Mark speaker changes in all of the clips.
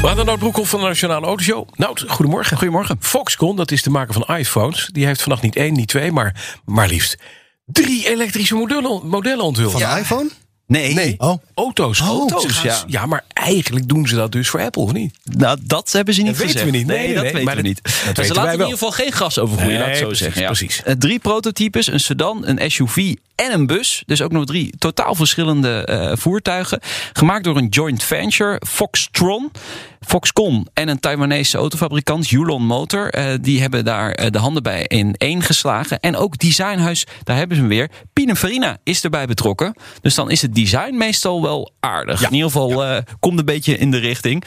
Speaker 1: We hadden Nout Broekhoff van de Nationale Autoshow. Nout, goedemorgen.
Speaker 2: Goedemorgen.
Speaker 1: Foxconn, dat is de maker van iPhones, die heeft vannacht niet één, niet twee, maar, maar liefst drie elektrische modellen, modellen onthuld.
Speaker 2: Van
Speaker 1: Ja,
Speaker 2: de iPhone?
Speaker 3: Nee,
Speaker 2: Nee. Oh.
Speaker 1: Auto's, auto's.
Speaker 2: gaan
Speaker 1: ja.
Speaker 2: ze-
Speaker 1: ja, maar eigenlijk doen ze dat dus voor Apple, of niet?
Speaker 3: Nou, dat hebben ze niet
Speaker 1: Dat weten
Speaker 3: gezegd.
Speaker 1: we niet. Nee,
Speaker 3: Nee, dat
Speaker 1: nee,
Speaker 3: weten
Speaker 1: maar
Speaker 3: we
Speaker 1: dat-
Speaker 3: niet.
Speaker 1: dat
Speaker 3: Maar
Speaker 1: weten
Speaker 3: ze
Speaker 1: wij
Speaker 3: laten in
Speaker 1: wel.
Speaker 3: ieder geval geen gras overgroeien, laat ik het zo
Speaker 1: precies,
Speaker 3: zeggen. Ja.
Speaker 1: precies.
Speaker 3: Eh, Drie prototypes, een sedan, een SUV en een bus. Dus ook nog drie totaal verschillende eh, voertuigen. Gemaakt door een joint venture, Foxtron, Foxconn en een Taiwanese autofabrikant, Yulon Motor. Eh, die hebben daar eh, de handen bij in één geslagen. En ook designhuis, daar hebben ze hem weer. Pininfarina is erbij betrokken. Dus dan is het design meestal wel aardig. In ieder geval eh, komt een beetje in de richting.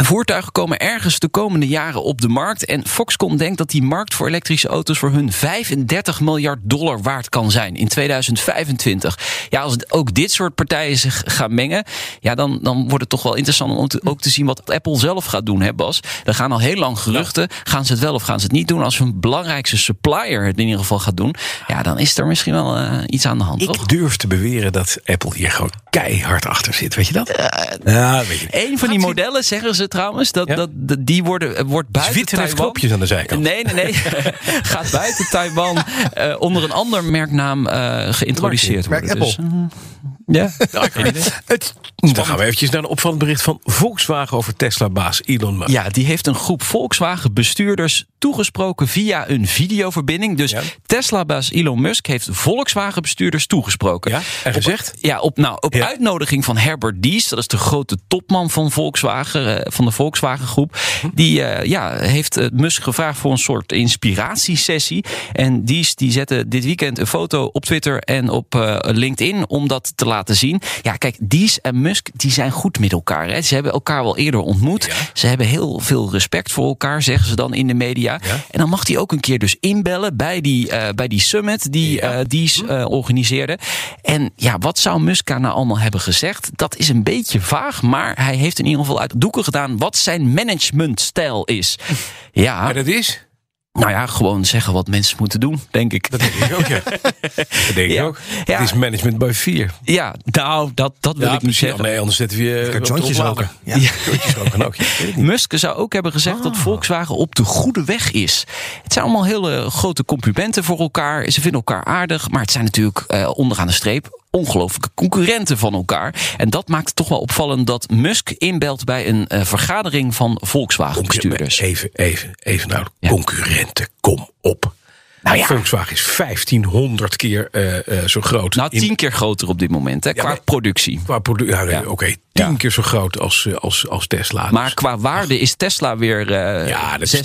Speaker 3: Voertuigen komen ergens de komende jaren op de markt. En Foxconn denkt dat die markt voor elektrische auto's voor hun 35 miljard dollar waard kan zijn in 2025. Ja, als het- ook dit soort partijen zich gaan mengen, ja, dan, dan wordt het toch wel interessant om te- ook te zien wat Apple zelf gaat doen, hè Bas? Er gaan al heel lang geruchten. Gaan ze het wel of gaan ze het niet doen? Als hun belangrijkste supplier het in ieder geval gaat doen, ja, dan is er misschien wel eh, iets aan de hand, toch?
Speaker 1: Ik durf te beweren dat Apple hier gewoon keihard achter zit. Weet je dat? ja, weet je niet.
Speaker 3: Een van die modellen, zeggen ze trouwens, dat,
Speaker 1: Ja.
Speaker 3: dat, dat- die worden, eh, wordt buiten
Speaker 1: wit en heeft
Speaker 3: Taiwan-
Speaker 1: knopjes aan de zijkant.
Speaker 3: Nee, nee, nee. Gaat buiten Taiwan eh, onder een ander merknaam eh, geïntroduceerd
Speaker 2: Merk
Speaker 3: worden. Dus, eh, ja.
Speaker 1: Het, dan gaan we eventjes naar een opvallend bericht van Volkswagen over Tesla-baas Elon Musk.
Speaker 3: ja, die heeft een groep Volkswagen-bestuurders toegesproken via een videoverbinding. Dus
Speaker 1: Ja.
Speaker 3: Tesla-baas Elon Musk heeft Volkswagen-bestuurders toegesproken.
Speaker 1: Ja, en gezegd?
Speaker 3: Ja, op, nou, op
Speaker 1: Ja.
Speaker 3: uitnodiging van Herbert Dies, dat is de grote topman van Volkswagen, eh, van de Volkswagen groep. Die eh, ja, heeft eh, Musk gevraagd voor een soort inspiratiesessie. En Dies die zette dit weekend een foto op Twitter en op eh, LinkedIn om dat te laten zien. Ja, kijk, Dies en Musk die zijn goed met elkaar. Hè. Ze hebben elkaar wel eerder ontmoet. Ze hebben heel veel respect voor elkaar, zeggen ze dan in de media. En dan mag hij ook een keer dus inbellen bij die, eh, bij die summit die eh Dies
Speaker 1: Hm.
Speaker 3: eh, organiseerde. En ja, wat zou Musk nou allemaal hebben gezegd? Dat is een beetje vaag, maar hij heeft in ieder geval uit de doeken gedaan wat zijn managementstijl is. Ja,
Speaker 1: Maar Hm. dat is?
Speaker 3: nou ja, gewoon zeggen wat mensen moeten doen, denk ik.
Speaker 1: Dat denk ik ook, ja. Dat denk ik
Speaker 3: Ja.
Speaker 1: ook.
Speaker 3: Ja.
Speaker 1: Het is management by fear.
Speaker 3: Ja, nou, dat, dat wil ik niet
Speaker 1: precies.
Speaker 3: zeggen.
Speaker 1: Oh, Nee, anders zetten we je op de
Speaker 2: jointjes
Speaker 1: oplader.
Speaker 2: roken.
Speaker 1: Ja, jointjes roken ook. ja. Weet ik niet.
Speaker 3: Musk zou ook hebben gezegd dat
Speaker 1: Ah.
Speaker 3: Volkswagen op de goede weg is. Het zijn allemaal hele grote complimenten voor elkaar. Ze vinden elkaar aardig, maar het zijn natuurlijk eh, onderaan de streep ongelooflijke concurrenten van elkaar. En dat maakt het toch wel opvallend dat Musk inbelt bij een eh, vergadering van Volkswagen-bestuurders.
Speaker 1: Even, even, even nou.
Speaker 3: Ja.
Speaker 1: Concurrenten, kom op.
Speaker 3: Nou ja.
Speaker 1: Volkswagen is 1500 keer eh, eh, zo groot.
Speaker 3: Nou,
Speaker 1: in-
Speaker 3: tien keer groter op dit moment, hè, qua
Speaker 1: maar-
Speaker 3: productie.
Speaker 1: Qua product, ja, nee,
Speaker 3: Ja.
Speaker 1: oké, tien
Speaker 3: Ja.
Speaker 1: keer zo groot als, eh, als, als Tesla. Dus-
Speaker 3: Maar qua waarde is Tesla weer eh,
Speaker 1: Ja, dat is- dat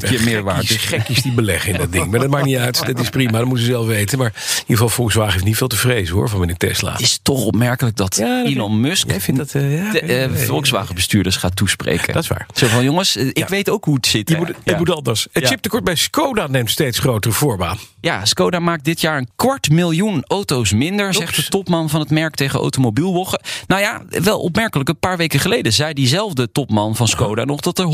Speaker 1: zijn,
Speaker 3: keer
Speaker 1: eh,
Speaker 3: meer waard.
Speaker 1: gekkies,
Speaker 3: Dus-
Speaker 1: gekkies die beleggen in dat ding. Maar dat maakt niet uit. Dat is prima. Dat moeten ze zelf weten. Maar in ieder geval, Volkswagen heeft niet veel te vrezen hoor van meneer Tesla.
Speaker 3: Het is toch opmerkelijk dat
Speaker 1: Ja, dat
Speaker 3: Elon Musk
Speaker 1: Jij vindt dat, eh, ja,
Speaker 3: de,
Speaker 1: oké, nee,
Speaker 3: eh,
Speaker 1: nee,
Speaker 3: Volkswagen-bestuurders gaat toespreken.
Speaker 1: Dat is waar.
Speaker 3: Zo van, jongens, eh, ik weet ook hoe het zit.
Speaker 1: Je
Speaker 3: hè.
Speaker 1: moet,
Speaker 3: ja.
Speaker 1: Het moet anders. Het
Speaker 3: Ja.
Speaker 1: chiptekort bij Skoda neemt steeds grotere voorbaan.
Speaker 3: Ja, Skoda maakt dit jaar een kwart miljoen auto's minder, zegt de topman van het merk tegen Automobielwoggen. Nou ja, wel opmerkelijk. Een paar weken geleden zei diezelfde topman van Skoda nog dat er